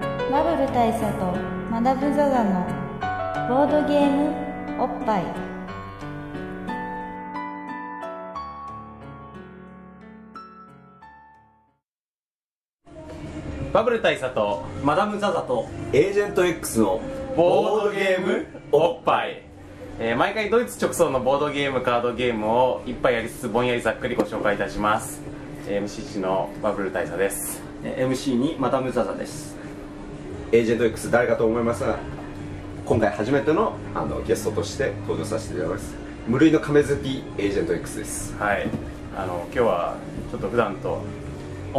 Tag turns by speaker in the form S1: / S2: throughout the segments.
S1: 部大佐とマダム・ザ・ザのボードゲームおっぱい
S2: バブル大佐と
S3: マダム・ザ・ザと
S4: エージェント X の
S2: ボードゲームおっぱい、えー毎回ドイツ直送のボードゲームカードゲームをいっぱいやりつつぼんやりざっくりご紹介いたします、えー MC1 のバブル大佐です
S3: えー MC にマダム・ザ・ザです
S4: エージェント X 誰かと思いますが今回初めてのあのゲストとして登場させていただきます無類の亀好きエージェント X です
S2: はいあの今日はちょっと普段と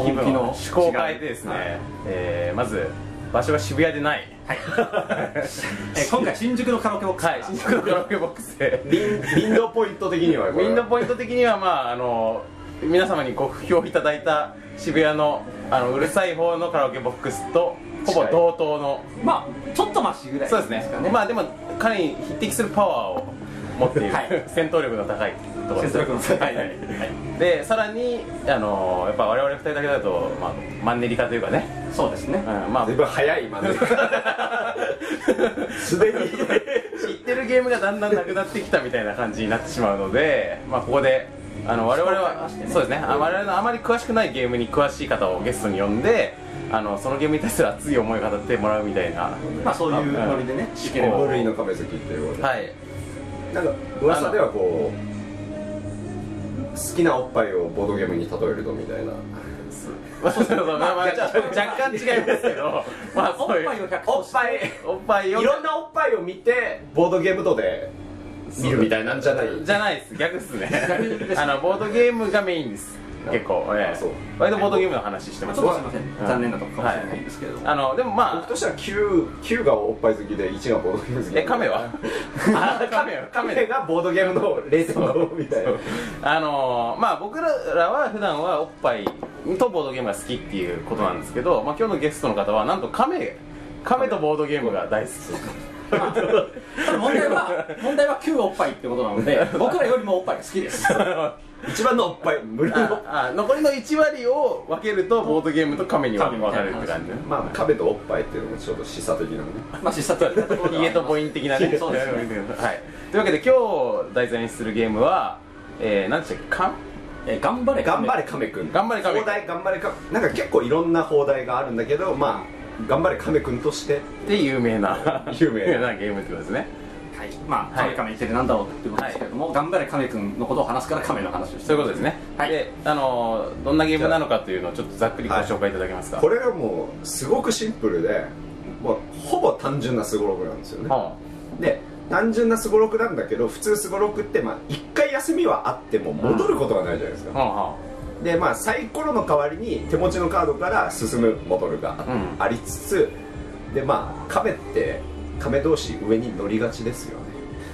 S2: 気分を趣向を変えてですね、
S3: はい
S2: えーまず場所が渋谷でない
S3: えー今回新宿のカラオケボックス
S2: はい新宿のカラオケボックスで
S4: ウィンドウポイント的にはこれ
S2: ウィンドウポイント的にはまああの皆様にご不評いただいた渋谷のあのうるさい方のカラオケボックスとほぼ同等の
S3: まあちょっとマシぐらい
S2: そうですね
S3: か
S2: まあでも彼に匹敵するパワーを持っている、
S3: はい
S2: 戦闘力の高いところです
S3: 戦闘力の高い
S2: はいはいでさらにあのやっぱ我々二人だけだと、まあ、マンネリ化というかね、
S3: そうですね
S2: うん、ま あ
S4: 随分早いまですでに
S2: 知ってるゲームがだんだんなくなってきたみたいな感じになってしまうので、まあ、ここであの我々
S3: 紹介
S2: は、
S3: はしてね
S2: そうですねあ我々のあまり詳しくないゲームに詳しい方をゲストに呼んであのそのゲームに対する熱い思いを語ってもらうみたいな
S3: まあそういうノリでね
S2: うん
S3: いければ
S4: 無類の亀好きっていうことで、
S2: はい
S4: なんか噂ではこう好きなおっぱいをボードゲームに例えるとみたいな
S2: まあそうそうまあまあちょ若干違いますけどまあ
S3: おっ
S2: そういう
S3: ぱいを100個して
S2: おっぱい
S4: い
S2: を
S4: ろんなおっぱいを見てボードゲームとで見るみたいなんじゃない
S2: じゃないです逆っすね
S3: 逆です
S2: あのボードゲームがメインです結構え
S4: そう
S2: え割とボードゲームの話してます
S3: ちょっとすいません
S2: うん
S3: 残念なとこかもしれないんですけれども
S2: あのでもまあ
S4: 僕としては 9, 9がおっぱい好きで1がボードゲーム好き
S2: え亀 はあ亀は亀
S4: 亀がボードゲームの0.5みたいな
S2: あのーまあ僕らは普段はおっぱいとボードゲームが好きっていうことなんですけど、まあ、今日のゲストの方はなんと亀亀とボードゲームが大好
S3: ただ問題は問題は旧おっぱいってことなので僕らよりもおっぱいが好きです
S4: 一番のおっぱい無理
S2: き
S4: の
S2: ああ残りの1割を分けるとボードゲームと亀に分かれるって感じね
S4: まあ亀とおっぱいっていうのもちょっと示唆的なね
S3: まあ視察的なところではあ
S2: ヒゲ
S3: りま
S2: と
S3: す
S2: ボイン的なね
S3: そうですね
S2: はい、というわけで今日題材にするゲームは、えー、何でしたっけかん
S3: えー頑張れ
S4: 頑張れ亀くん
S2: 頑張れ亀くん
S4: 放題頑張れ亀なんか結構いろんな放題があるんだけどまあ頑張れ亀くんとして
S2: って有名な
S4: 有名な
S2: なゲームってことですね
S3: はいまあ
S2: はい
S3: カメカメってなんだろうってことですけれども頑張れカメくんのことを話すからカメの話をして
S2: そういうことですね、
S3: はい
S2: であのーどんなゲームなのかというのをちょっとざっくりご紹介いただけますか、
S4: これがもうすごくシンプルでもうほぼ単純なすごろくなんですよね
S2: は
S4: で単純なすごろくなんだけど普通すごろくってまあ一回休みはあっても戻ることがないじゃないです
S2: あは
S4: か、
S2: あは
S4: でまあサイコロの代わりに手持ちのカードから進む戻るが
S2: うん
S4: ありつつ、でまあ亀って亀同士上に乗りがちですよね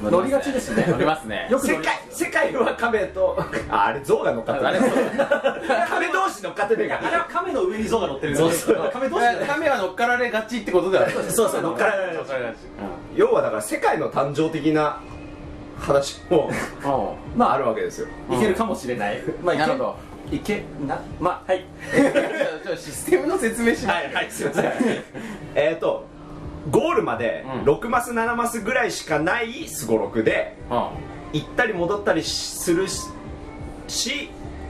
S3: 乗りがちですね
S2: ありますね
S3: よく乗
S4: 世
S3: り
S4: 界世界は亀とああれ象が乗っかって
S2: あれ
S4: る
S2: そう
S4: 亀同士乗っかってるか
S3: あれ
S4: ら
S3: は亀の上に象が乗ってるん
S4: そう
S3: です
S4: そう
S3: 亀同士だよ
S2: 亀は乗っかられがちってことでは ない
S4: そうそう乗っかられ
S2: 乗っ
S4: る
S2: かられがち
S4: 要はだから世界の誕生的な話も
S2: うんは
S4: まああるわけですよ
S3: いけるかもしれないまあいけ
S2: なるほど
S3: いけなま あはい
S2: あじゃあシステムの説明します
S3: はいはいすいま
S4: えーとゴールまで
S2: うん
S4: 6マス7マスぐらいしかないすごろくで行ったり戻ったりするしし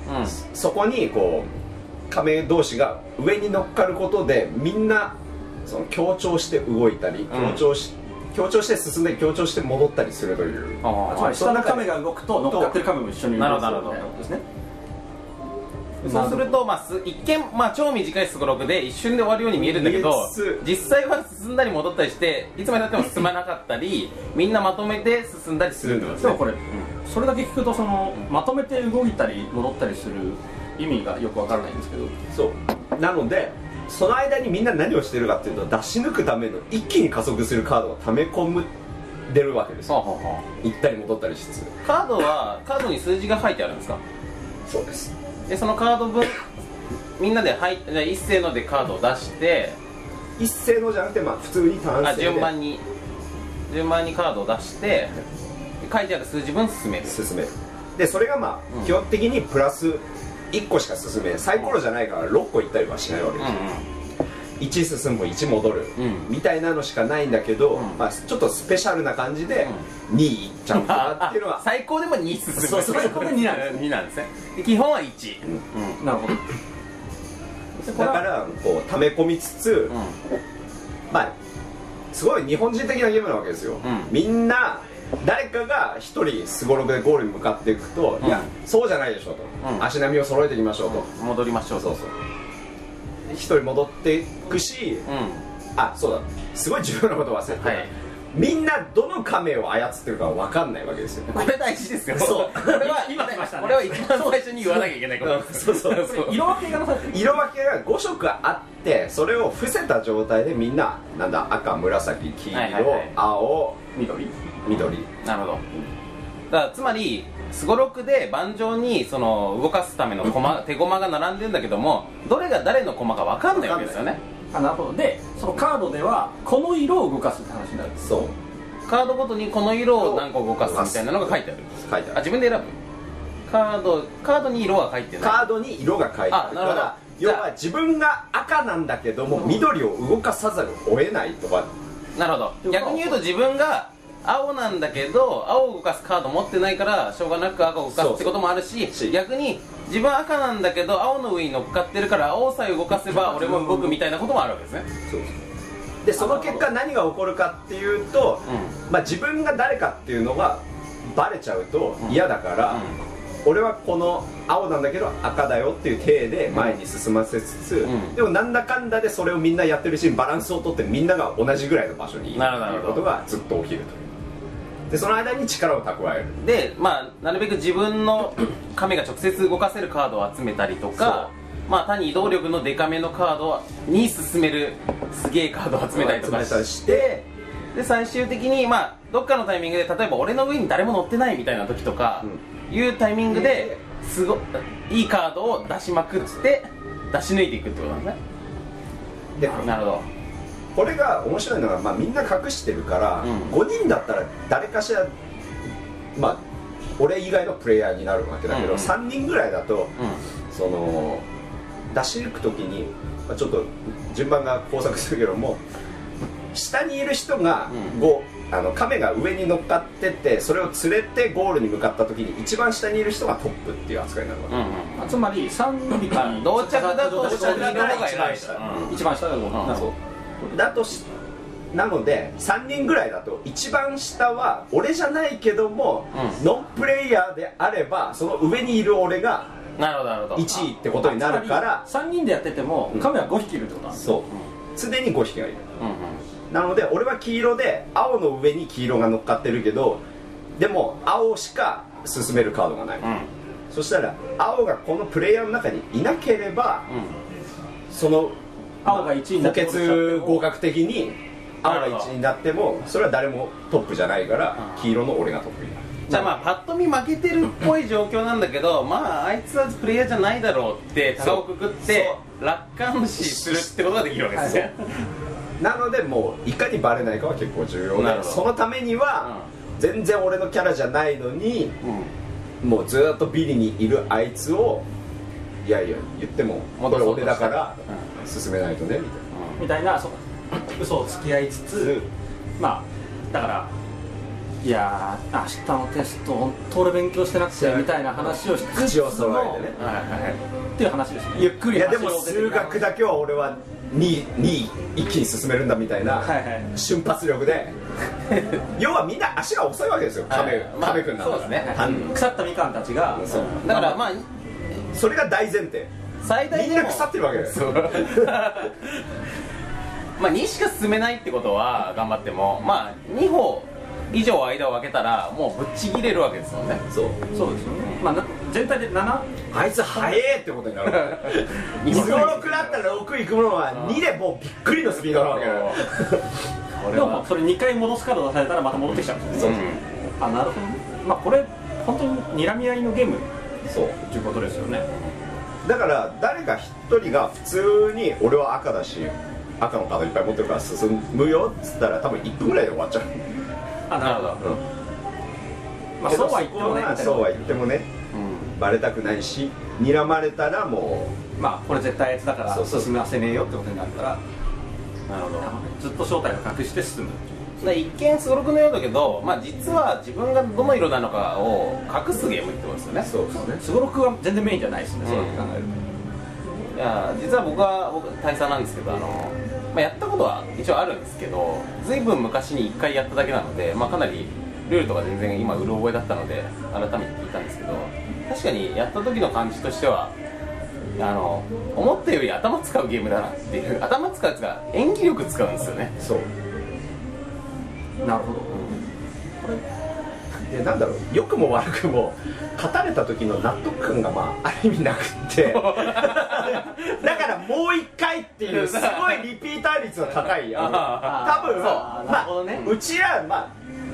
S2: うん
S4: そこにこう亀同士が上に乗っかることでみんなその強調して動いたり
S2: ん
S4: 強調し、強調して進んで強調して戻ったりするという
S2: あ
S3: つまり下の亀が動くと乗っかってる亀も一緒に動
S2: なるほ
S3: く
S2: どなるほど
S3: ってことですね
S2: そうすると、まあ、す一見、まあ、超短いすごろくで一瞬で終わるように見えるんだけど
S4: 見えつつ
S2: 実際は進んだり戻ったりしていつまでたっても進まなかったりみんなまとめて進んだりするってことです
S3: で
S2: ね
S3: もこれそれだけ聞くとそのまとめて動いたり戻ったりする意味がよくわからないんですけど
S4: そうなのでその間にみんな何をしてるかっていうと出し抜くための一気に加速するカードを溜め込む出るわけですよ
S2: はは
S4: 行ったり戻ったりしつつ
S2: カードはカードに数字が書いてあるんですか
S4: そうです
S2: でそのカード分みんなで入ってじゃあ一斉のでカードを出して
S4: 一斉のじゃなくてまあ普通に単
S2: あ
S4: 性で
S2: 順番に順番にカードを出して書いてある数字分進める
S4: 進めるでそれがまあ、
S2: うん
S4: 基本的にプラス1個しか進めないサイコロじゃないから6個行ったりはしないわけ
S2: うん
S4: で
S2: う
S4: す、
S2: ん
S4: 1進む1戻る、
S2: うん
S4: みたいなのしかないんだけど、
S2: うん
S4: まあ、ちょっとスペシャルな感じで2位いっちゃうかなっ ていうのは
S2: 最高でも2進む
S4: そうそう
S3: 最高で2なんです
S2: ねなんですねで基本は1
S4: うん
S3: なるほど
S4: だ
S3: これは
S4: からこう溜め込みつつ、
S2: うん
S4: まあすごい日本人的なゲームなわけですよ、
S2: ん
S4: みんな誰かが一人すごろくでゴールに向かっていくと、
S2: うん
S4: いやそうじゃないでしょと、
S2: うん
S4: 足並みを揃えていきましょうと、
S2: うん戻りましょう
S4: そう
S2: と
S4: そう一人戻っていくし、
S2: うん
S4: あそうだすごい重要なこと忘れてた、
S2: はい
S4: みんなどの亀を操ってるか分かんないわけですよ
S2: これ大事ですよ
S4: そう
S2: これは
S3: 今来ましたね
S2: これは一番最初に言わなきゃいけないことです
S4: そうそ う
S2: そ
S3: これ色分けがなされてる
S4: 色分けが5色あってそれを伏せた状態でみんななんだ赤紫黄色、
S2: はいはいはい
S4: 青
S3: 緑
S4: 緑
S2: なるほどだからつまりすごろくで盤上にその動かすための駒手駒が並んでるんだけどもどれが誰の駒か分かんないわけですよね
S3: あなるほどでそのカードではこの色を動かすって話になる
S4: そう
S2: カードごとにこの色を何個動かすみたいなのが書いてある
S4: 書いて
S2: あ
S4: ある
S2: 自分で選ぶカードカードに色は書いて
S4: カ
S2: ない
S4: ードに色が書いてあるか
S2: あなるほど
S4: ら要
S2: じゃあ
S4: は自分が赤なんだけども緑を動かさざるを得ないとか
S2: なるほど逆に言うと自分が青なんだけど青を動かすカード持ってないからしょうがなく赤を動かすってこともあるし
S4: そう
S2: 逆に自分は赤なんだけど青の上に乗っかってるから青さえ動かせ ば俺も動くみたいなこともあるわけですね
S4: でその結果何が起こるかっていうと、まあ、自分が誰かっていうのがバレちゃうと嫌だから、俺はこの青なんだけど赤だよっていう体で前に進ませつつ、
S2: ん
S4: でもなんだかんだでそれをみんなやってるしバランスをとってみんなが同じぐらいの場所にいる
S2: なるほど
S4: っていうことがずっと起きるというでその間に力を蓄える
S2: でまあなるべく自分の亀が直接動かせるカードを集めたりとかまあ単に移動力のデカめのカードに進めるすげえカードを集めたりとか
S4: 集めたりして
S2: で最終的にまあどっかのタイミングで例えば俺の上に誰も乗ってないみたいな時とか、いうタイミングですごいいカードを出しまくって出し抜いていくってことなんですね
S4: で
S2: なるほど
S4: これが面白いのが、まあ、みんな隠してるから、
S2: うん
S4: 5人だったら誰かしらまあ俺以外のプレイヤーになるわけだけ
S2: うんう
S4: ど、
S2: ん
S4: 三3人ぐらいだと
S2: う
S4: その出し抜く時に、まあ、ちょっと順番が交錯するけども下にいる人が
S2: う
S4: 5、あの亀が上に乗っかってってそれを連れてゴールに向かった時に一番下にいる人がトップっていう扱いになるわけ、
S2: んうん
S3: まあつまり3人
S2: う
S3: 間
S2: ん同着だと
S4: 同着
S2: 将棋の
S4: だから
S2: 方が
S4: 一
S2: 偉
S4: 番
S2: い
S4: 下
S2: うん
S3: 一番下だと
S2: ん
S3: なるほど
S4: そうだとしなので3人ぐらいだと一番下は俺じゃないけども、
S2: う
S4: ノンプレイヤーであればその上にいる俺が
S2: なるほどなるほど
S4: 1位ってことになるから
S3: 3人でやってても
S4: うん
S3: 亀は5匹いるってことなんです
S4: そう常に5匹がいる
S2: うんうん
S4: なので俺は黄色で青の上に黄色が乗っかってるけどでも青しか進めるカードがない、
S2: うん
S4: そしたら青がこのプレイヤーの中にいなければ
S2: うん
S4: その
S3: 青が1位にな
S4: 補
S3: って
S4: 欠合格的に青
S2: なる
S4: が
S2: ほど
S4: 1になってもそれは誰もトップじゃないから黄色の俺がトップになる
S2: じゃあまあパッと見負けてるっぽい状況なんだけどまああいつはプレイヤーじゃないだろうって高をくくって楽観視するってことができるわけですね
S4: なのでもういかにバレないかは結構重要
S2: な
S4: な
S2: るほど
S4: そのためには全然俺のキャラじゃないのに
S2: うん
S4: もうずっとビリにいるあいつをいやいや言ってもこれ俺だから進めないとねみたいな
S3: みたいなそう嘘を付き合いつつまあだからいやー明日のテスト本当俺勉強してなくてみたいな話をしつつ
S4: 口
S3: も
S4: を揃えてね
S2: はいはい
S3: っていう話ですね
S4: ゆっくりいやでも
S3: 話を出て
S4: 数
S3: る
S4: 学だけは俺は2位一気に進めるんだみたいな、
S3: はいはい
S4: 瞬発 力で要はみんな足が遅いわけですよ
S2: は
S4: 亀,、
S2: いまあ
S4: 亀くんなんだ
S2: そうですね
S4: は
S3: うん腐ったみかんたちが
S4: いそう
S2: だからまあ
S4: それが大前提
S2: 最大でも
S4: みんな腐ってるわけだよ
S2: そう まあ2しか進めないってことは頑張ってもまあ2歩以上間を空けたらもうぶっちぎれるわけですもんね
S4: そう
S3: そうですよねまあな全体で7
S4: あいつ速えってことになるわけ
S2: 今
S4: 2秒6だったら6いくものは2でもうびっくりのスピードなわけだよ
S2: これ
S3: でも
S2: は
S3: それ2回戻すカード出されたらまた戻ってきちゃうんですよねあなるほどねまあこれ本当に睨み合いのゲーム
S4: そう
S3: っていうことですよね
S4: だから誰か1人が普通に俺は赤だし赤のカードいっぱい持ってるから進むよっつったら多分1分ぐらいで終わっちゃう、
S3: あ
S2: なるほど
S3: まあそうは言ってもねみたいな
S4: そうは言ってもね
S2: うん
S4: バレたくないし睨まれたらもう
S3: まあこれ絶対あいつだか
S4: そうそ
S3: ら
S4: う
S3: 進ませねえよってことになるから
S2: なるほど
S3: ずっと正体を隠して進む
S2: で一見すごろくのようだけど、まあ、実は自分がどの色なのかを隠すゲームってことですよね
S4: そうですね
S3: すごろくは全然メインじゃないですね、
S2: ん
S3: そうやって考
S2: い
S3: える
S2: や実は僕は僕大佐なんですけどあの、まあ、やったことは一応あるんですけどずいぶん昔に1回やっただけなので、まあ、かなりルールとか全然今うる覚えだったので改めて聞いたんですけど確かにやった時の感じとしてはあの思ったより頭使うゲームだなっていう頭使うやつが演技力使うんですよね
S4: そう
S3: となるほど
S4: でなんだろう良くも悪くも勝たれた時の納得感がまあある意味なくって だからもう一回っていうすごいリピーター率の高いあの
S2: あ
S4: 多分
S3: あーなるほどね
S4: まあ、うちら、まあ、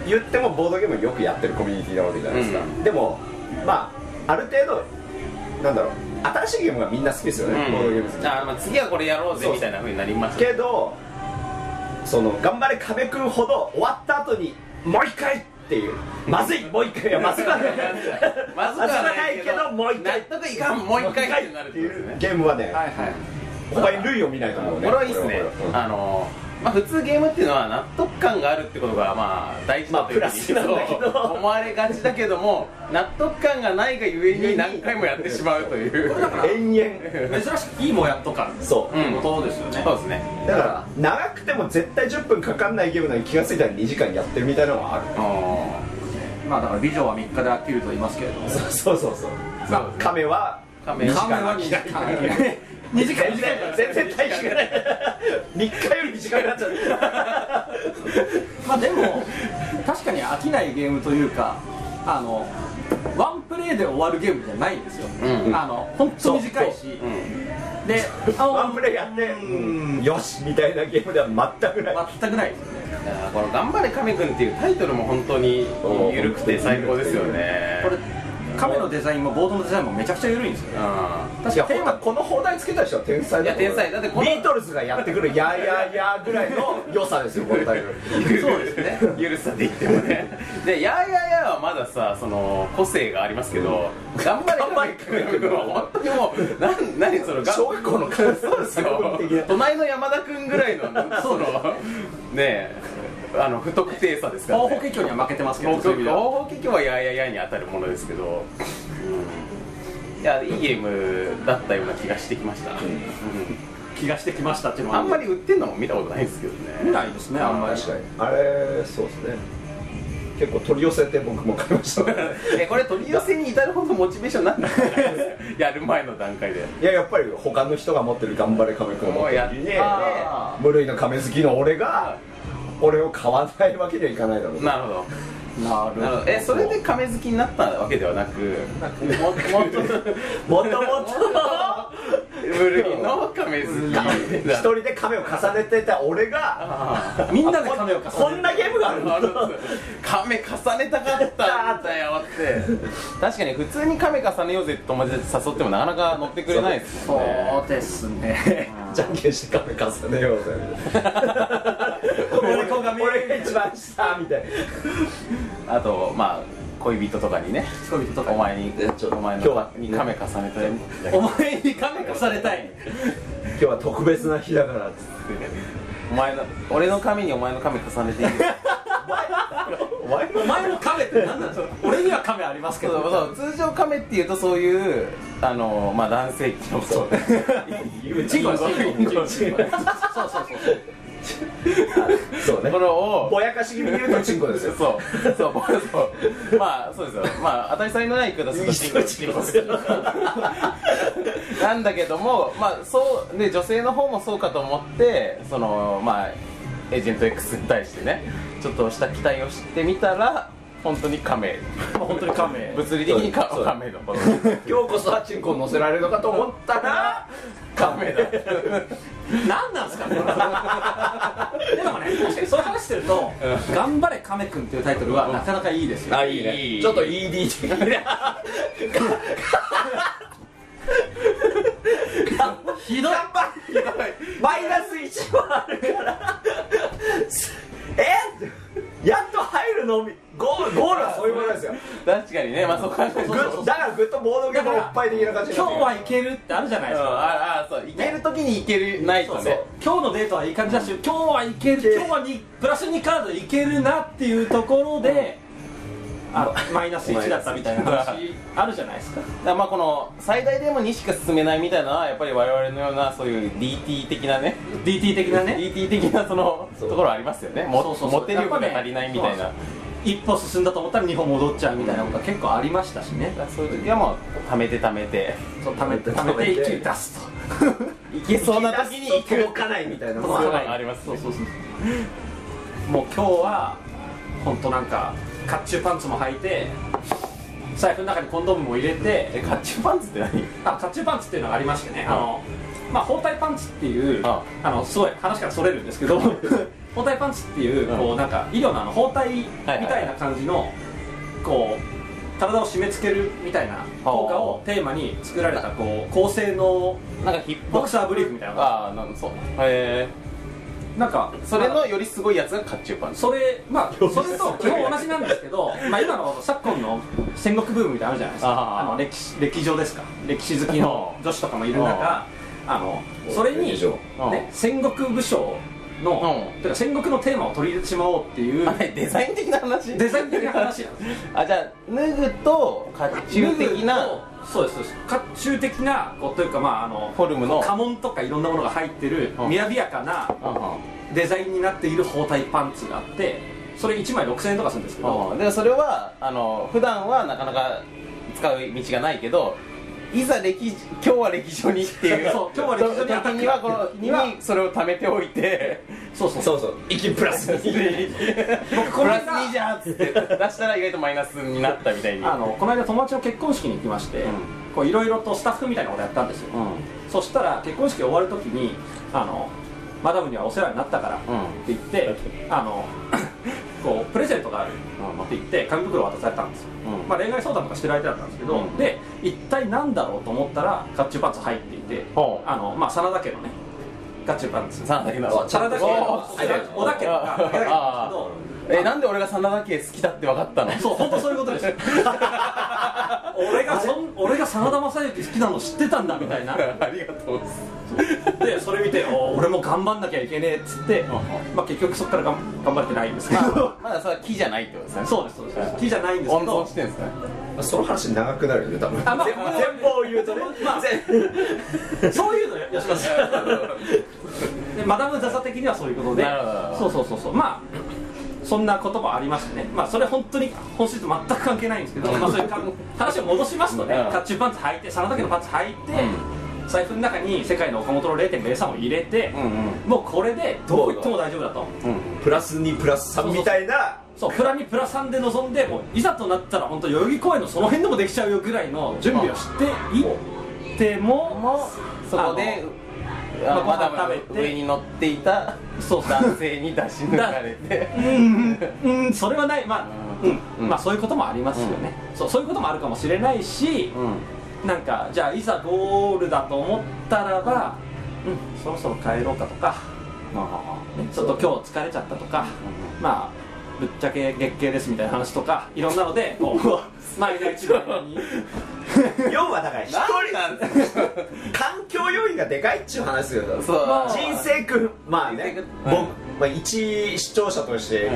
S4: 言ってもボードゲームよくやってるコミュニティなわけじゃないですか、
S2: うん
S4: でも、まあ、ある程度なんだろう新しいゲームがみんな好きですよね、ボードゲーム好き
S2: あまあ次はこれやろうぜみたいな風になります
S4: けどその頑張れ壁くんほど終わった後にもう一回っていうまずいもう一回いやまずくはない
S2: まずくはないけど
S4: もう一回
S2: 納得いかんもう一回ってなるっ
S4: ってて
S2: こと
S4: い
S2: ですね
S4: うゲームはね、
S3: はいはい
S4: 他に類を見ないと思うね
S2: これはいいっすね
S4: これはこれはうん
S2: あのまあ普通ゲームっていうのは納得感があるってことがまあ大事だという
S4: まあ
S2: ふうに
S4: プラスなんだけど
S2: そう思われがちだけども納得感がないがゆえに何回もやってしまうという
S3: これだから
S4: 延々
S3: 珍しくいいもんやっとか
S4: そう
S2: うん
S3: ことですよね、
S2: そうですね
S4: だから長くても絶対10分かかんないゲームなのに気がついたら2時間やってるみたいなのはある
S2: う
S3: まあだから美女は3日で飽きると言いますけれども
S4: そうそうそうそうまあ亀は
S2: ん亀
S4: 時間
S3: 2時間2時間
S4: 全然全然大してない3日より短くなっちゃう
S3: まあでも確かに飽きないゲームというかあのワンプレイで終わるゲームじゃないんですよ、
S2: うん
S3: あの本当短いし
S2: うん
S3: であ
S4: ワンプレイやってうんよしみたいなゲームでは全くない
S3: 全くないですよね
S2: だからこの「頑張れ亀くん」っていうタイトルも本当に緩くて最高ですよね
S3: これ亀のデザインもボードのデザインもめちゃくちゃ緩いんですよね
S2: う
S3: 確
S4: いや
S3: かテー
S4: ほ
S3: マ
S4: らこの放題つけた人は天才だと思う
S2: いや天才だってこの
S4: ビートルズがやってくるやーやーやーぐらいの良さですよこのタイ トル
S2: んそうですねゆるさで言ってもねで「やーやーやー」はまださその個性がありますけど「頑張れ亀くん」は本当にもうなん何そのが
S4: 小学校の感想ですよ
S2: 隣の山田君ぐらいのそのねえあの不特定さですから、
S3: 東
S2: ね、
S3: 北結には負けてますけ
S2: 東
S3: どそういう意味では
S2: 方結局はやややに当たるものですけど、うんいやいいゲームだったような気がしてきました、
S3: 気がしてきましたっていう
S2: う
S3: の
S2: ん
S3: は
S2: あんまり売ってんのも見たことないですけど
S3: 見
S2: ね
S3: ないですねあんまり
S4: 確かにあれそうですね結構取り寄せて僕も買いました
S2: えこれ取り寄せに至るほどモチベーションなんだやる前の段階で
S4: いややっぱり他の人が持ってる頑張れ亀くんを持ってる時に
S2: あ
S4: 無類の亀好きの俺が俺を買わないわけにはいかないだろう
S2: なるほど
S3: なる
S2: なるほどえそれで亀好きになったわけではなくもっともっと
S4: もともと
S2: 古いの亀好き
S4: 一人で亀を重ねてた俺が
S3: みんなで亀を重ねて
S4: こんなゲームがあるの
S2: あるんですよ亀重ねたかったんだよって確かに普通に亀重ねようぜって友達で誘ってもなかなか乗ってくれないですもんね
S3: そうですね
S4: じゃんけんして亀重ねようぜみたいな
S3: 俺子が見える
S4: 俺が一番下みたいな
S2: あとまあ恋人とかにね
S3: 恋人とか
S2: お前に
S4: えちょ
S2: お前の
S4: 今日は
S2: に亀重ねたよって
S3: お前に亀化されたい
S4: 今日は特別な日だからっつって
S2: お前の俺の亀にお前の亀重ねていいよ
S4: お前
S3: お前の亀って何なんですか俺には亀ありますけ
S2: そう
S3: ど
S2: そう通常亀っていうとそういうあのまあ男性器のそう
S3: うちごそうそうそう
S4: そうね
S2: これを
S4: ぼやかし気味に言うとチンコですよ
S2: そうそう僕そうまあそうですよまあ当たり障りのない言い方するとチンコチンコするなんだけどもまあそうね女性の方もそうかと思ってそのまあエージェント X に対してねちょっとした期待を してみたら本当に亀
S3: まあ本当に亀
S2: 物理的にか
S4: そう
S2: 亀のこの
S4: 今日こそはチンコを乗せられるのかと思ったら
S2: 亀だ
S3: 何なんですかねでもね確かにそう話してると「頑張れ亀くん」っていうタイトルはなかなかいいですよ
S2: あいいね
S4: ちょっと ED 的な
S3: ひどい
S4: マイナス1はあるからえやっと入るのみゴールゴールはそういうことですよ
S2: 確かにねまあそこはそう
S4: グ
S2: そうそう
S4: ッだからグッとボードゲームおっぱい的な感じ
S3: 今
S4: に
S3: 日
S4: なってる
S3: はいけるってあるじゃない
S2: うん
S3: ですか、
S2: ああそう行ける時に行けるないと
S3: そう
S2: ね
S3: そう今日のデートはいい感じだし、今日はいける今日はにプラス2カードいけるなっていうところで、あマイナス1だったみたいな話あるじゃないですか
S2: だからまあこの最大でも2しか進めないみたいなのはやっぱり我々のようなそういう DT 的なね
S3: DT 的なね
S2: DT 的なその
S4: そう
S2: ところありますよね
S3: そう
S2: も
S3: そうそう
S2: 持てる力が足りないみたい
S3: や
S2: な
S3: っぱね一歩進んだと思ったら2歩戻っちゃうみたいなことが結構ありましたしね
S2: だからそういう時はもう貯めて貯めて
S3: そう貯めて貯めて一気に出す と
S2: いけそうな時に行く
S4: 届かないみたいなの
S2: そういう
S4: は
S2: のがありますね
S3: そうそうそうもう今日は本当なんか甲冑パンツも履いて財布の中にコンドームも入れ
S2: え
S3: て
S2: 甲冑パンツって何
S3: あ甲冑パンツっていうのがありましてねあの、まあ、包帯パンツっていう
S2: あ
S3: あのすごい話からそれるんですけど 包帯パンツっていう
S2: うん
S3: こうなんか医療のあの包帯み
S2: はい
S3: たいな感じのこう体を締め付けるみたいな効果をテーマに作られたこう構成の
S2: なんかヒップ
S3: ボクサーブリーフみたいなのが
S2: ああなんそうへえ
S3: なんか
S2: それのよりすごいやつが甲冑パンツ
S3: それ まあそれと基本同じなんですけど、まあ今の昨今の戦国ブームみたいなのあるじゃないですか。
S2: あ
S3: あ
S2: ー
S3: の歴史歴上ですか。歴史好きの女子とかもいる
S2: あ
S3: 中、あのそれに
S4: 歴女
S3: ね戦国武将の
S2: う
S3: てか戦国のテーマを取り入れてしまおうっていう
S2: あれデザイン的な話
S3: デザイン的な話なんです。
S2: あじゃあ脱ぐと甲冑的な
S3: そうですそうです。甲冑的なこうというかまああの
S2: フォルムの
S3: 家紋とかいろんなものが入ってる
S2: うん
S3: みやびやかな
S2: うんうん
S3: デザインになっている包帯パンツがあって、それ1枚6000円とかするんですけど。
S2: でそれはあの普段はなかなか使う道がないけどいざ歴史今日は歴史にっていう
S3: そう今日は歴史に
S2: 時にはこのにはそれを貯めておいて
S3: そうそう
S4: そうそう息プラスに
S3: 僕
S2: プ
S3: この
S2: ラ
S3: 間
S2: ス2じゃんっつって出したら意外とマイナスになったみたいに
S3: あのこの間友達の結婚式に行きまして
S2: うん
S3: こういろいろとスタッフみたいなことやったんですよ、
S2: うん
S3: そしたら結婚式終わるときにあの「マダムにはお世話になったから」って
S2: うん
S3: 言って、あの こうプレゼントがあるって言って紙袋を渡されたんですよ、
S2: うん
S3: まあ、恋愛相談とかしてる相手だったんですけど、
S2: うん
S3: で一体何だろうと思ったら甲冑パンツ入っていて、
S2: ほう
S3: あのまあ真田家のね甲冑パンツ
S2: 真田家の
S3: 真田家の
S2: おー
S3: 小田家の小田家の
S2: あ
S3: 小田家なんですけど
S2: えなんで俺が真田家好きだって分かったの
S3: そう、本当そういうことですよ 俺がそん、俺が真田正幸好きなの知ってたんだみたいな。
S2: ありがとう
S3: で、それ見て、お俺も頑張んなきゃいけねえっつって、まあ、結局そこからがん頑張れてないんですけど。
S2: まだ それは木じゃないってことですね
S3: そうです、そうです。木じゃないんです
S2: 温存
S3: けど
S2: し。てるんですね
S4: その話長くなるよね多分
S3: あまあ
S4: 全部全部を言うとね
S3: まあ そういうのよ、よしましで、マダムザザ的にはそういうことで
S2: なるほどなる。ほ
S3: そうそうそうそう、まあ。そんなこともありましてね、まあ、それ本当に本質と全く関係ないんですけど、まあ、そういうか話を戻しますとね、
S2: うん
S3: 甲冑パンツ履いて、真田家のパンツ履いて、財布の中に世界の岡本の0.03を入れて、
S2: うんうん
S3: もうこれでどう行っても大丈夫だと、
S4: プラス2プラス3みたいな
S3: そうプラにプラ3で臨んで、もういざとなったら、本当、代々木公園のその辺でもできちゃうよぐらいの準備をしていっても、
S2: もそこで
S3: あの
S2: あまだ
S3: まあご飯食べて
S2: 上に乗っていた
S3: そう
S2: 男性に出し抜かれ て
S3: うんうんうんそれはないまあ、うん
S2: うん
S3: まあそういうこともありますよね、そうそういうこともあるかもしれないし、
S2: うん
S3: なんかじゃあいざゴールだと思ったらば、うん、そろそろ帰ろうかとか、ねちょっと今日疲れちゃったとか、まあぶっちゃけ月経ですみたいな話とかいろんなのでこうマイナ一番に
S4: 要はだから一人
S2: なんなんですか
S4: 環境要因がでかいっちゅう話ですよ
S2: そう
S3: まあ
S4: 人生訓まあね
S2: 人生訓
S4: 僕、まあ、一視聴者として、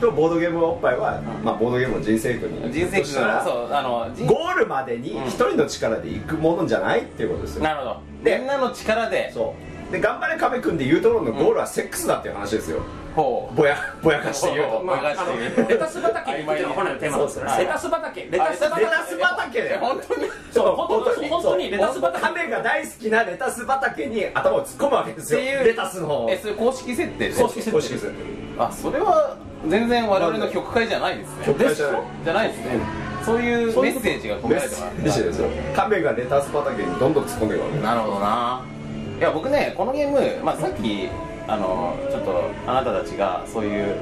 S4: とボードゲームおっぱいは、まあ、ボードゲームの人生訓に
S2: 人生
S4: と
S2: 苦
S4: したら
S2: そうあの人
S4: ゴールまでに
S2: うん
S4: 一人の力で行くものじゃないっていうことですよ、
S2: なるほどみ
S4: で
S2: んなの力で
S4: そうで頑張れ亀くんで言うとろのゴールはセックスだっていう話ですよ、
S2: ほう
S4: ぼやぼやかして言う
S2: ほ
S4: と
S2: う任
S3: あ
S2: せ
S3: の
S2: て
S3: レタス畑に行くっていうのが本来のテーマなんですよ
S4: そうそう
S3: レタス畑レタス
S2: あ
S3: 畑
S4: レタス畑だよ
S2: 本当に
S3: そう本当に本当にレタス畑
S4: 亀が大好きなレタス畑に頭を突っ込むわけですよ
S2: っていう
S4: レタスの方を
S2: えそれ公式設定で
S3: 公式設定
S4: 公式設
S2: あそれは全然我々の曲解じゃないですね
S4: 曲解じゃない
S2: じゃないですねそういう
S3: そう
S2: メ
S3: いう
S2: ッ
S3: こと
S2: セージが込
S4: メ
S2: められ
S4: ッ
S2: てます
S4: セージですよ亀がレタス畑にどんどん突っ込んでいくわけ
S2: なるほどないや僕ねこのゲーム、まあ、さっきあのちょっとあなたたちがそういう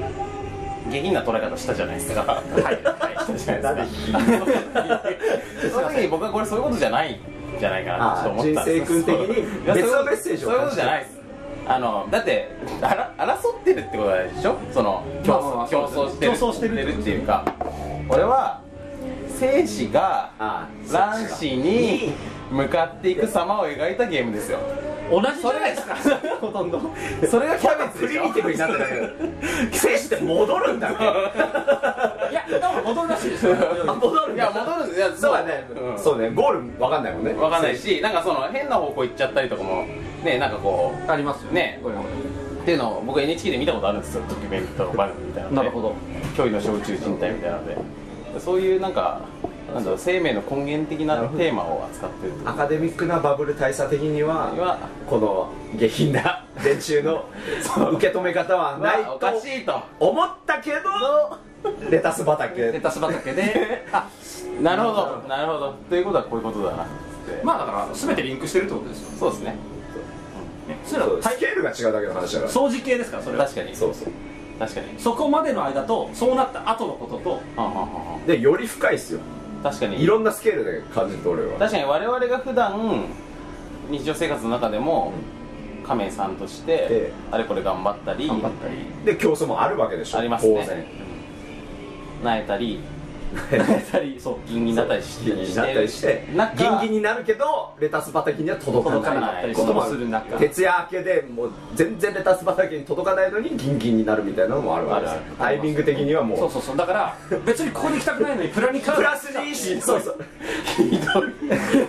S2: 下品な捉え方したじゃないですかはいはいしたじゃないですかその時に僕はこれそういうことじゃないんじゃないかな
S4: あ
S2: と思ったんです
S4: 人生君的に
S2: いやそういう
S4: 別のメッセージを
S2: そういうこ
S4: 感
S2: と
S4: じ
S2: じ
S4: て
S2: ゃ
S4: る
S2: ないですあのだってあら争ってるってことはないでしょその競
S3: まあまあ
S2: 争競争してる
S3: 競争してるってこと
S2: っていうか俺は精子が
S4: あ
S2: 卵子に向かっていく様を描いたゲームですよ
S3: 同じじゃないですかほとんど
S2: それがキャベツで
S4: ク
S2: し
S4: リ
S2: ょ
S4: ミティブになってたけど精子って戻るんだね
S3: いやでも戻るらしいですよ
S4: あ戻るん
S2: い
S4: だ
S2: や戻るんですいや
S4: そうだね、
S2: ん
S4: そうねゴールわかんないもんね
S2: わかんないしなんかその変な方向行っちゃったりとかもねなんかこう
S3: ありますよ
S2: ね
S3: これこ
S2: っていうのを僕 NHK で見たことあるんですよドキュメント番組みたいな
S3: れ
S2: の
S3: な
S2: で
S3: るほど
S2: 距離の小中人体みたいなのでそういうなんかなんだろう生命の根源的なテーマを扱ってると
S4: アカデミックなバブル大佐的には
S2: は
S4: この下品な電柱の
S2: そう
S4: 受け止め方はない
S2: おかし
S4: と
S2: いと
S4: 思ったけどレタ
S3: レ
S4: ス畑
S3: タス畑であ
S2: なるほどなるほどということはこういうことだなって
S3: まあだから全てリンクしてるってことですよ
S2: そうですね
S3: ねそれは
S4: スケールが違うだけの話だから
S3: 掃除系ですからそれは
S2: 確かに
S4: そうそう
S2: 確かに
S3: そこまでの間とそうなった後のことと
S2: はんはんはんはん
S4: でより深いっすよ
S2: 確かに
S4: いろんなスケールで感じると俺は
S2: 確かに我々が普段日常生活の中でも亀さんとして
S4: ええ
S2: あれこれ頑張ったり
S3: 頑張ったり
S4: で競争もあるわけでしょ
S2: ありますね
S4: 当然
S2: なえたり
S3: やったりそう
S2: ギンギンだったりし
S4: ギンギンになったりして
S2: なん
S4: ギン
S2: か
S4: ギンになるけどレタス畑には届か
S3: 届
S4: な
S3: か
S4: い
S3: なかったり
S2: こ
S3: ことと
S2: も
S3: もする中
S4: 徹夜明けでもう全然レタス畑に届かないのにギンギンになるみたいなのもあるわけですよ
S2: あるある
S4: タイミング的にはもう
S3: そうそうそうだから別にここに行きたくないのにプラにカ
S4: プラスにそうそう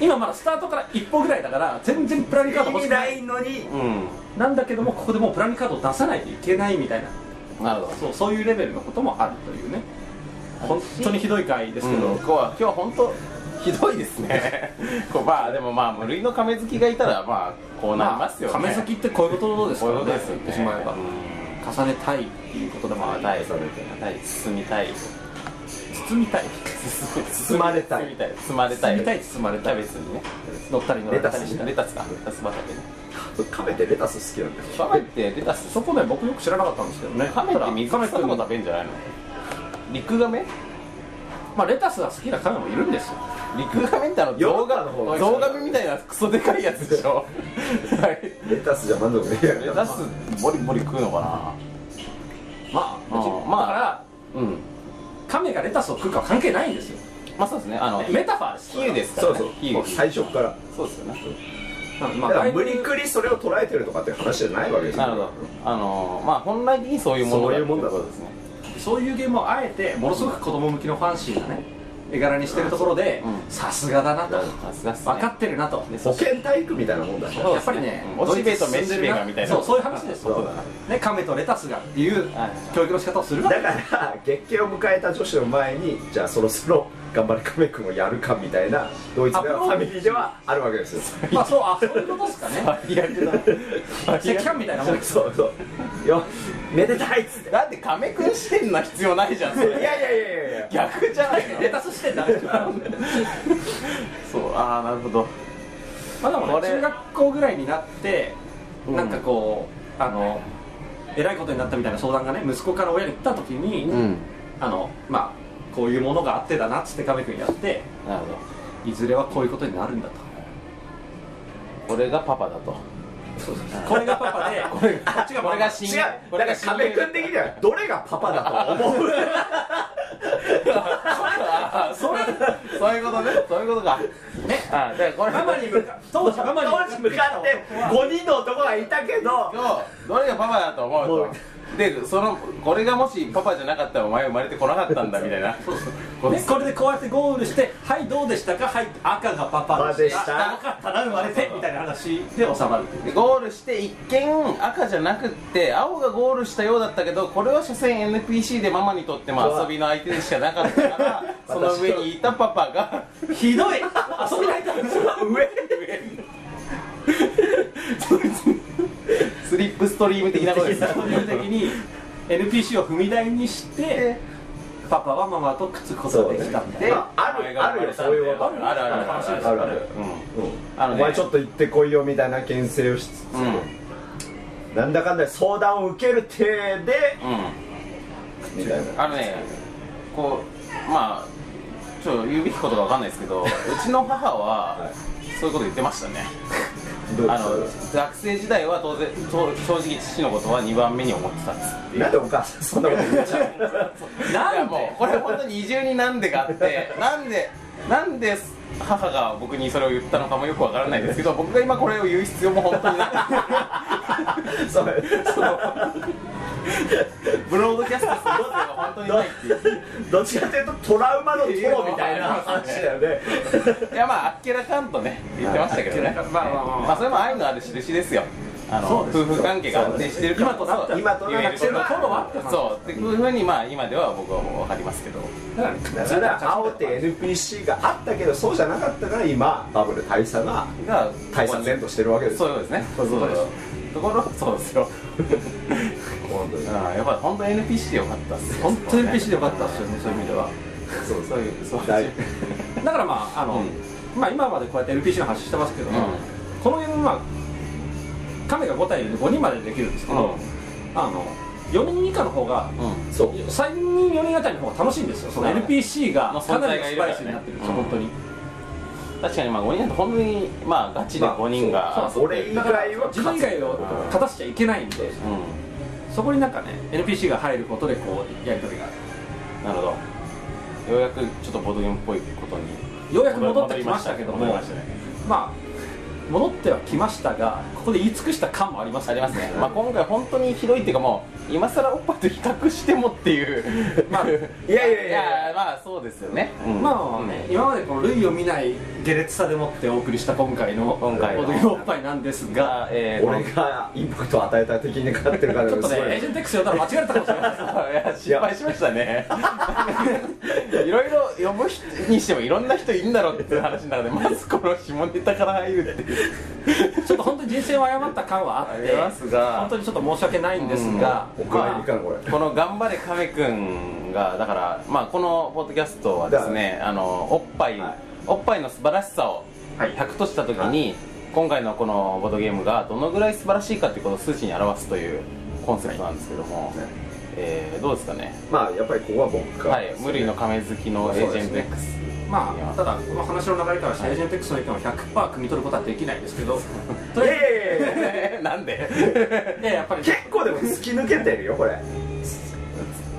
S3: 今まだスタートから一歩ぐらいだから全然プラニカード
S4: 意
S3: 欲し
S4: 味
S3: くな
S4: ないいのに
S2: う
S3: なんだけどもここでもうプラニカードを出さないといけないみたいなん
S2: なるほど
S3: そうそういうレベルのこともあるというね本当にひどい回ですけど、
S2: うん今日は今日は本当ひどいですね こうまあでもまあ無類の亀好きがいたらまあこうなりますよね、
S3: 亀先ってこういうことです
S2: こ
S3: か
S2: うい
S3: ら
S2: うこと
S3: ね
S2: ですよね
S3: 言ってしまえば、
S2: うん
S3: 重ねたいっていうことでもあ
S2: まあ
S3: り
S2: たいたい進みたい
S3: 包みたい
S2: 進
S4: まれたい
S2: 進みたい包まれたい
S3: 包みたい包まれ
S2: キ
S3: た
S2: ャ
S3: い
S2: ベツにね
S3: 乗ったり乗られたり
S4: レ
S3: した
S2: レ
S3: り
S2: タスかレタス畑ね
S4: 亀ってレタス好きなんだよ
S2: カメってレタス
S3: そこね僕よく知らなかったんですけどね
S2: カメって水草とか
S3: ただ
S2: 食べんじゃないの陸ガメ
S3: まあレタスが好きなカメもいるんですよ
S2: 陸ガメってあの
S4: ヨ
S2: ゾウ
S4: ーロッパの方
S2: ガゾウガメみたいなクソでかいやつでしょはい
S4: レタスじゃ満足できない
S2: レタスボリボリ食うのか
S3: まあ
S2: あー
S3: ま
S2: ま
S3: あ
S2: あ
S3: だから
S2: なうん
S3: カメがレタスを食うかは関係ないんですよ
S2: まあそうですねあの
S3: メタファーです
S2: 比喩ですか
S4: そ
S2: ら
S4: う
S2: ね
S4: そう
S2: 比喩
S4: もう最初から
S2: そうですよね
S3: なのでま
S4: だ
S3: あ
S4: から
S3: だいぶ
S4: 無理くりそれを捉えてるとかっていう話じゃないわけですよ
S2: なるほどあのーまあ本来的にそういうもの
S4: そういうもんだ
S2: といことですね
S3: そういうゲームをあえてものすごく子供向きのファンシーなね絵柄にしてるところで
S2: うん
S3: さすがだなと
S4: なる
S2: さすがっすね
S3: 分かってるなと
S2: でそ
S4: 保
S2: して
S4: 健体育みたいなもんだ
S2: そう
S3: や
S2: で
S3: っ
S2: す
S3: ぱ
S2: ね
S3: りね
S2: うんおしべと
S3: ドイツ進んでる
S2: めしべがみたいな
S3: そうそういう話です
S4: そう
S3: よ
S4: だな
S3: ね亀とレタスがっていう
S2: はい
S3: 教育の仕方をするわけ
S4: だから月経を迎えた女子の前にじゃあそろそろ頑張れ亀くんをやるかみたいなドイツではファミリーではあるわけですよ
S3: まあそうあそういうことですかね
S2: 最悪だ
S3: 石炭みたいなもんです
S4: そうそうよめでたいっつって
S2: だって亀くんしてんのは必要ないじゃんそ
S4: いやい
S2: れ
S4: やいやいやいや
S2: 逆じゃないの
S3: レタスしてんだま
S2: そうああなるほど
S3: あでも
S2: こ
S3: ね
S2: れ
S3: 中学校ぐらいになって
S2: うん
S3: なんかこうあのえらいことになったみたいな相談がね息子から親に来た時に、
S2: うん
S3: あのまあこういうものがあってだなっつって亀くんやって
S2: なるほど
S3: いずれはこういうことになるんだと
S2: 俺がパパだと
S3: これがパパでこれこっちが
S2: こ
S3: マ
S2: れが
S3: マ
S4: 違
S2: 親
S4: う
S2: 友
S4: だから亀くん的にはどれがパパだと思う
S2: あそれそういうことねそういうことかねあじゃあこれ
S3: ママに向か当時ママに
S4: 当時向かって5人の男がいたけ
S2: の
S4: ど
S2: どれがパパだと思う
S4: も
S2: とでそのこれがもしパパじゃなかったらお前生まれてこなかったんだみたいなこ
S3: ね、これでこうやってゴールして「はいどうでしたか?」「はい赤がパパでした」「
S4: パパでした
S3: よかったな生まれて」みたいな話で収まるっていう
S2: でゴールして一見赤じゃなくって青がゴールしたようだったけどこれは所詮 NPC でママにとっても遊びの相手でしかなかったから その上にいたパパが
S3: ひどい遊びないと
S4: 上
S2: スリップストリーム的なことです
S3: 最終的に NPC を踏み台にしてパパはママとくっつくことができたみたい
S4: で
S3: な、
S4: まああるあるよそういうこと
S2: あるあるある
S3: ある
S4: あるあるうん
S2: あの
S4: お
S2: ね
S4: 前ちょっと行ってこいよみたいな牽制をしつつ
S2: うんうん
S4: なんだかんだ相談を受ける体でみたいな
S2: あのねこうまあ ちょっと言うべきことがわかんないですけどうちの母は、
S4: はい
S2: そういうこと言ってましたね
S4: どういう
S2: あ
S4: こと
S2: の学生時代は当然と正直父のことは2番目に思ってたんですっていう
S4: なんでお母さんそんなこと言っちゃう
S3: なん
S2: い
S3: で
S2: やもうこれ本当に二重になんでがあ ってなんでなんで母が僕にそれを言ったのかもよくわからないですけど僕が今これを言う必要も本当に ない
S4: それその
S2: ブロードキャストする必要が本当にないっていう
S4: どっちかというとトラウマの塔みたいな話だよね
S2: いやまああっけらかんとね言ってましたけどね
S3: まあまあまあ
S2: まあそれも愛のある印ですよあの
S3: そうです
S2: 夫婦関係が安定してるからこそ
S4: そうです今となっては
S2: 言えること
S3: 今となっては
S2: そうっていうふうにまあ今では僕はもう分かりますけど
S4: だから青って NPC があったけどそうじゃなかったから今バブル大佐が
S2: が
S4: 大佐然としてるわけです
S2: そうですね
S4: そういうことです
S2: ところそうですよ
S4: 本当に
S2: うんやっぱり本当 NPC でよかったっす
S3: 本当に NPC でよかったっすよねそういう意味では
S4: そう
S2: そういうそう
S4: だい
S3: だからまああの、まあ今までこうやって LPC の話してますけども、
S2: うん
S3: このゲームは亀が5体いるんで5人までできるんですけど、あの4人以下の方が
S2: う
S4: そう
S3: 3人4人あたりの方が楽しいんですよその
S2: そうだね
S3: NPC が
S2: まあ
S3: かなりの
S2: 存在がい
S3: ス
S2: るか
S3: パ
S2: らね
S3: イスになってるんです
S2: う
S3: よ
S2: ん
S3: 本当に
S2: ん確かにまあ5人だと本当にまあガチで5人が
S4: そう俺以外は
S3: 自分以外を勝たしちゃいけないんで
S2: うん
S3: そこになんかね NPC が入ることでこうやり取りがある
S2: なるほどようやくちょっとボードゲームっぽいことに
S3: ようやく戻ってきましたけども
S2: 戻りましたね
S3: まあ戻ってはきましたがここで言い尽くした感もあります
S2: ありますね、まあ、今回本当にひどいっていうかもう今更おっぱいと比較してもっていう
S3: ま あ
S4: いやいやいや
S2: まあそうですよね、
S3: まあまあまあね、今までこの類を見ない下劣さでもってお送りした今回の「
S2: 今回の
S3: ボドゲおっぱい」なんですが
S2: が、えー、
S4: 俺がインパクトを与えた的に勝ってる から
S3: ちょっとね
S4: すごい
S3: エージェント X 呼んだら間違えたかもしれないです
S2: いや失敗しましたね いろいろ呼ぶ人にしてもいろんな人いるんだろうっていう話なのでまずこの下ネタから入るっていう
S3: ちょっと本当に人生を誤った感はあって
S2: ありますが
S3: 本当にちょっと申し訳ないんですが、
S4: お蔵入りかなこれ
S2: この「頑張れ亀くん」がだから、まあ、このポッドキャストはですねあのおっぱい、
S4: はい
S2: おっぱいの素晴らしさを
S3: はい
S2: 100とした時に、今回のこのボードゲームがどのぐらい素晴らしいかということを数値に表すというコンセプトなんですけども、えーどうですかね
S4: まあやっぱりここは僕が
S2: はい、無類の亀好きのエージェント X、
S3: まあただこの話の流れからしてエージェント X の意見を100%汲み取ることはできないんですけど
S4: い
S3: と
S4: や
S3: り
S4: い
S3: あえず
S4: やいやいや
S2: えー なんで
S3: いややっぱり
S4: 結構でも突き抜けてるよこれ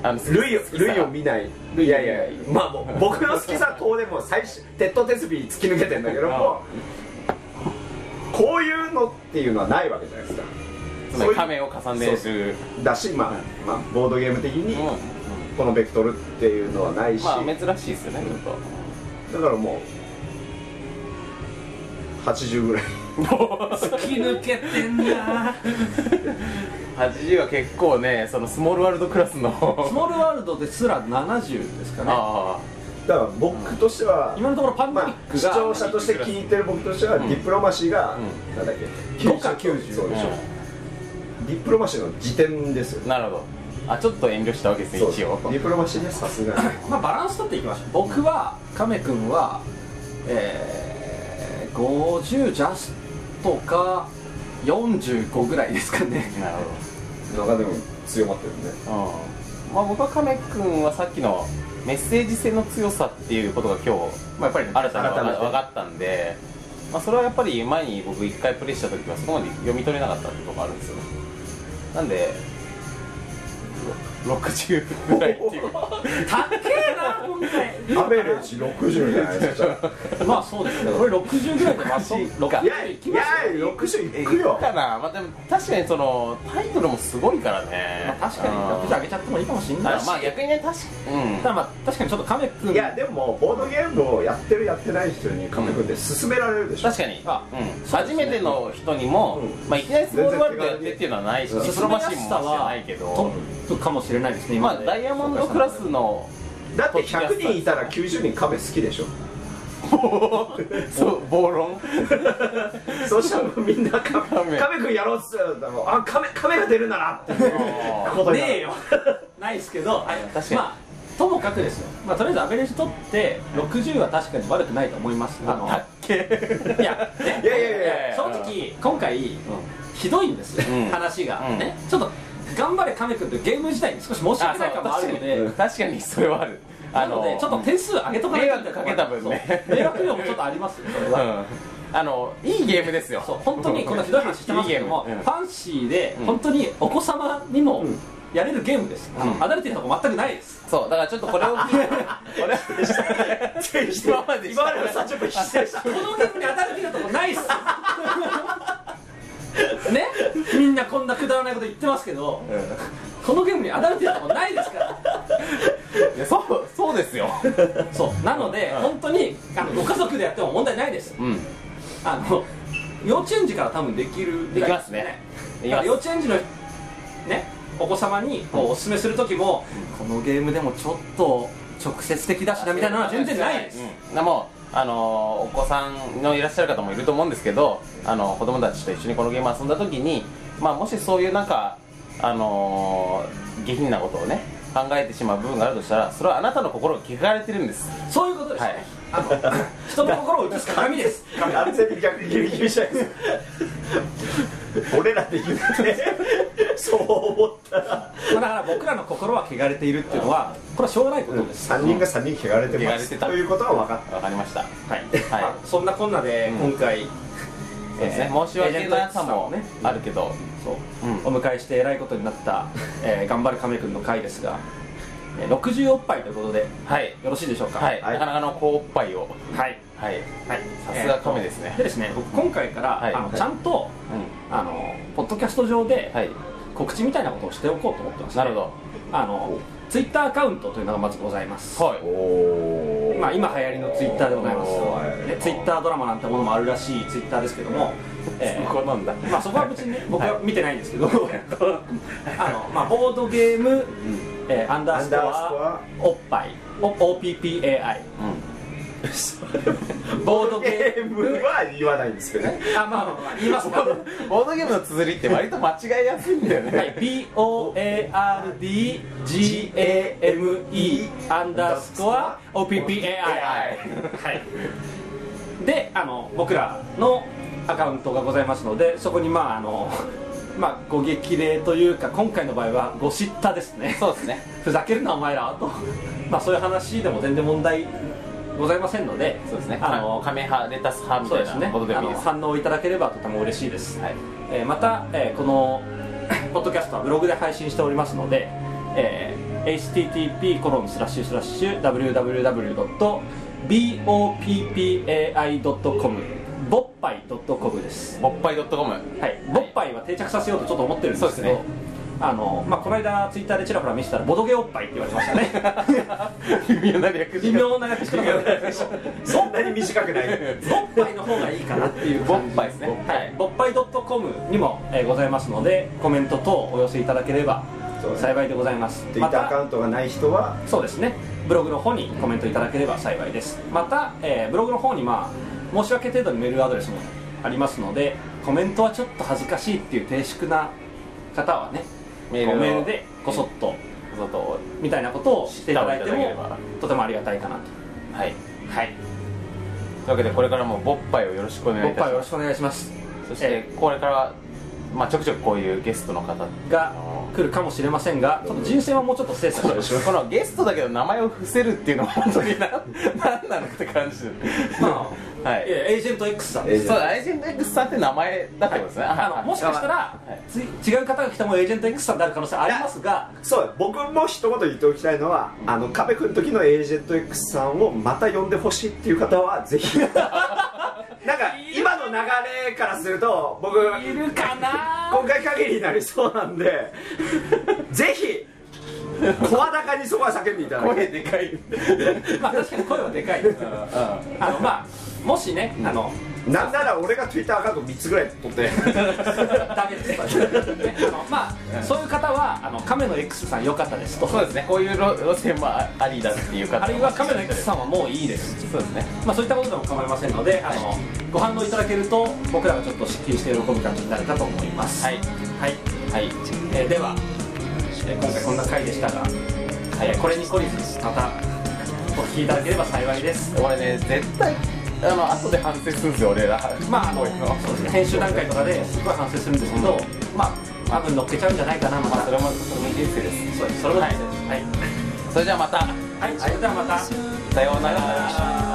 S2: あの
S4: 類を類を見ないいやいやまあもう僕の好きさとでも最初鉄と鉄尾突き抜けてんだけどもこういうのっていうのはないわけじゃないですか
S2: つまり亀を重ねる
S4: だしまあ、まあ、ボードゲーム的
S2: う
S4: に
S2: ん
S4: このベクトルっていうのはないし、
S2: まあ珍しいですよねちょっと
S4: だからもう80ぐらい
S3: 突き抜けてんな
S2: 80は結構ねそのスモールワールドクラスの
S3: スモールワールドですら70ですかね
S2: あ
S4: だから僕としては、
S3: 今のところパンデミッ
S4: まあ、
S3: ク
S4: 視
S3: が
S4: 聴者として聞いてる僕としては、ディプロマシーが、
S2: う
S4: なんだっけ
S3: 5か90
S4: そう
S2: あ、
S4: でしょ、ディプロマシーの辞典ですよ
S2: うんなるほどあちょっと遠慮したわけですね
S4: そう
S2: 一応
S4: ディプロマシーですさすがに
S3: まあバランス取っていきましょう僕は亀くんはえー、50ジャストか45ぐらいですかね
S2: なる
S4: 中でも強まってるね
S2: ほど、うん、まあ僕は亀くんはさっきのメッセージ性の強さっていうことが今日
S3: まあやっぱりね
S2: 新たに
S4: 改めて
S2: 分かったんで、まあ、それはやっぱり前に僕一回プレイした時はそこまで読み取れなかったってとこがあるんですよねなんでろ60ぐらいっていう
S3: 高えな今回
S4: アベレージ60じゃないですかじゃ
S3: まあそうですねこれ60ぐらいでまっすぐ
S2: おか
S4: あいやいやいや60いくよ
S2: かな、まあ、でも確かにそのタイトルもすごいからね、
S3: 確かに60上げちゃってもいいかもしんない
S2: あまあ逆にね確かうん
S3: ただまあ確かにちょっと亀くん
S4: いやでもボードゲームをやってるやってない人に亀くんで勧められるでしょ、
S2: 確かに、
S3: あ
S2: うん
S3: そうです
S2: 初
S3: ね
S2: めての人にも、
S4: うん
S2: まあ、いきなりスモールワールドやってっていうのはないし
S4: 全然手
S2: ディ
S4: 軽に
S2: プロマシーもしてないけ
S3: ト
S2: ど、
S3: ップかもしれないですね
S2: ま
S3: 今
S2: あ、ダイヤモンドクラスの
S4: だって100人いたら90人亀好きでしょ
S2: そう暴論
S4: そしたらもうみんな亀
S2: 亀
S4: 亀くんやろうっつったらもうあ亀亀が出るならっていうことになる
S3: ねえ よないですけど、はい
S2: 確かに
S3: まあともかくですよ、まあ、とりあえずアベレージ取って60は確かに悪くないと思いますあの
S2: だっけ
S3: いや,、ね、
S4: いやいやいやい や
S3: 正直今回、ひどいんですよ、
S2: うん
S3: 話が、
S2: うん
S3: ねちょっと頑張れ亀くんというゲーム自体に少し申し訳ない感もあるので
S2: 確かにそれはある
S3: なのでちょっと点数上げとかない
S2: 迷惑かけた分ね
S3: そう迷惑量もちょっとありますよそれは、
S2: うんあのいいゲームですよ
S3: そう本当にこんなひどい話してますけども、
S2: いいゲームうん
S3: ファンシーで
S2: うん
S3: 本当にお子様にも
S4: ん
S3: やれるゲームです、
S2: うん
S3: アダルティーなとこ全くないです
S2: そうだからちょっとこれを聞いてこれ今まで
S4: 今までの30分否定した
S3: このゲームに当たる気なとこないっす ねみんなこんなくだらないこと言ってますけど、このゲームに当たる気なとこないですから
S2: いやそうそうですよ
S3: そうなので、本当にあのご家族でやっても問題ないです
S2: うん
S3: あの幼稚園児から多分できるぐらい
S2: できますね
S3: だから幼稚園児のねお子様にこうおすすめする時も、このゲームでもちょっと直接的だしなみたいなのは全然ないです、
S2: うんでもあのーお子さんのいらっしゃる方もいると思うんですけどあの子供たちと一緒にこのゲーム遊んだ時に、まあ、もしそういうなんか、あのー下品なことをね考えてしまう部分があるとしたらそれはあなたの心が汚れてるんです
S3: そういうことです、
S2: はい
S3: あの人の心を映す鏡 です
S4: 完全に逆にギリギリじゃないですか俺らで言ってそう思ったら
S3: ま あだから僕らの心は汚れているっていうのはこれはしょうがないことです、
S4: 3人が3人汚れて
S2: 汚
S4: ま
S2: れ
S4: す
S2: てた
S4: ということは分か っ
S2: わかりました
S3: はい、
S2: はい
S3: まあそんなこんなで
S2: うん
S3: 今回、
S2: そうですね
S3: えー
S2: 申し訳なさも
S3: エージェント X
S2: あるけど、
S3: そう、
S2: うん
S3: お迎えしてえらいことになった、えー頑張る亀くんの回ですが、えー、60おっぱいということでよ
S2: はい
S3: ろしいでしょうか
S2: はい、
S4: は
S2: な
S4: い
S2: かなかの高おっぱいを
S3: はい
S2: はい
S3: はい
S2: さすが亀ですね
S3: えーでですね僕今回から、
S2: はい
S3: あのちゃんと
S2: う
S3: あのポッドキャスト上で
S2: んはい
S3: 告知みたいなことをしておこうと思ってます、
S2: なるほ
S3: あのツイッターアカウントというのがまずございます
S2: どはい
S4: たお
S3: まあ、今流行りのツイッターでございます
S4: はい
S3: でツイッタードラマなんてものもあるらしいツイッターですけど も、えー
S2: こうなんだ
S3: まあ、そこは別 にね僕は見てないんですけど、あのまあ、ボードゲーム、えーアンダースコア
S4: アンダ
S3: おっぱいお OPPAI ボード
S4: ゲ
S3: ゲ
S4: ー
S3: ー
S4: ム
S3: ム
S4: は言わないんですけどね
S3: あまあまあまあ言いますか
S2: ボードゲームの綴りって割と間違いやすいんだよね、
S3: はい BOARDGAME アンダースコア OPPAI はいであの僕らのアカウントがございますのでそこにまああのまあご激励というか今回の場合はご叱咤ですね
S2: そうですね
S3: ふざけるなお前らとまあそういう話でも全然問題ございませんので
S2: そうですね
S3: あ
S2: あの
S3: の
S2: 亀派レタス派み
S3: そうです
S2: たい
S3: ね
S2: なことで
S3: あ
S2: もいい
S3: の
S2: です
S3: 反応いただければとても嬉しいです
S2: はい
S3: えーまた、えーこのポッドキャストはブログで配信しておりますので、えー http コロンスラッシュスラッシュ www.boppai.com ぼっぱい .com です、
S2: もっぱい .com
S3: はい、ぼっぱいは定着させようとちょっと思ってるんですけど
S2: そうです
S3: あのまあ、この間ツイッターでちらほら見せたらボドゲおっぱいって言われましたね
S2: 微妙な略
S3: 微妙な略し方だったんですけど
S4: そんなに短 くない
S3: ぼっぱいの方がいいかなっていう
S2: ボ
S3: 感じ
S2: ッパイですね
S3: はい、ぼっぱい .com にも、えーございますのでコメント等をお寄せいただければ
S4: そうですね
S3: 幸いでございます
S4: ツイ
S3: ま
S4: ッターアカ
S3: た
S4: ウントがない人は
S3: そうですねブログの方にコメントいただければ幸いですまた、えーブログの方にまあ申し訳程度にメールアドレスもありますのでコメントはちょっと恥ずかしいっていう低粛な方はね
S2: メールを
S3: こうメールでこそっと
S2: そうと
S3: みたいなことをしていただいて
S2: 知っ
S3: も
S2: ていただけれ
S3: とてもありがたいかなと
S2: はい
S3: はい
S2: というわけでこれからもボッパイをよろしくお願
S3: ぼ
S2: いい
S3: ったぱ
S2: し
S3: いよ
S2: ま
S3: ろし
S2: す
S3: くお願いします
S2: そして
S3: え
S2: これからまあちょくちょくこういうゲストの方
S3: ーが来るかもしれませんがちょっと人選はもうちょっと精査しましょう
S2: このゲストだけど名前を伏せるっていうのは本当にな何なのって感じで
S3: まあ、
S2: はい
S3: いやエージェント X さん
S4: エー
S3: です
S4: ジェン
S2: そうアイジェント X さんって名前だってことですね、
S3: あのもしかしたら、
S2: はい
S3: つい違う方が来てもエージェント X さんになる可能性ありますが
S4: そう僕も一言言っておきたいのは、あの壁くん時のエージェント X さんをまた呼んでほしいっていう方はぜひなんか今の流れからすると僕
S3: いるかな
S4: 今回限りになりそうなんでぜひ声高にそこは叫んでいただきた
S2: 声
S4: い
S2: でかい
S3: まあ確かに声はでかいです あのまあもしね、あ の
S4: なんなら俺が Twitter アカウント3つぐらい取って
S3: ダメです、ねあのまあそういう方はあの亀の X さん良かったですと
S2: そうですねこういう路路線もありだっていう方も
S3: あるいは亀の X さんはもういいです
S2: そうですね
S3: まあ、そういったことでも構いませんので、あのご反応いただけると僕らがちょっと失禁して喜ぶ感じになるかと思います
S2: はい
S3: はい、
S2: はい
S3: えーでは、えー今回こんな回でしたが、えーこれに懲りずまたお聞きいただければ幸いです
S2: 俺ね絶対あの後で反省するんですよ俺ら
S3: まああの
S2: こういうの
S3: そうですね編集段階とかですごい反省するんですけど、まあ多分乗っけちゃうんじゃないかなまた
S2: それもそれもいいですけど
S3: そうですそれもですはい、はい
S2: それじゃあまた
S3: はい、それではまた、
S2: さよう
S3: さ
S2: な
S3: ような
S2: ら
S3: ら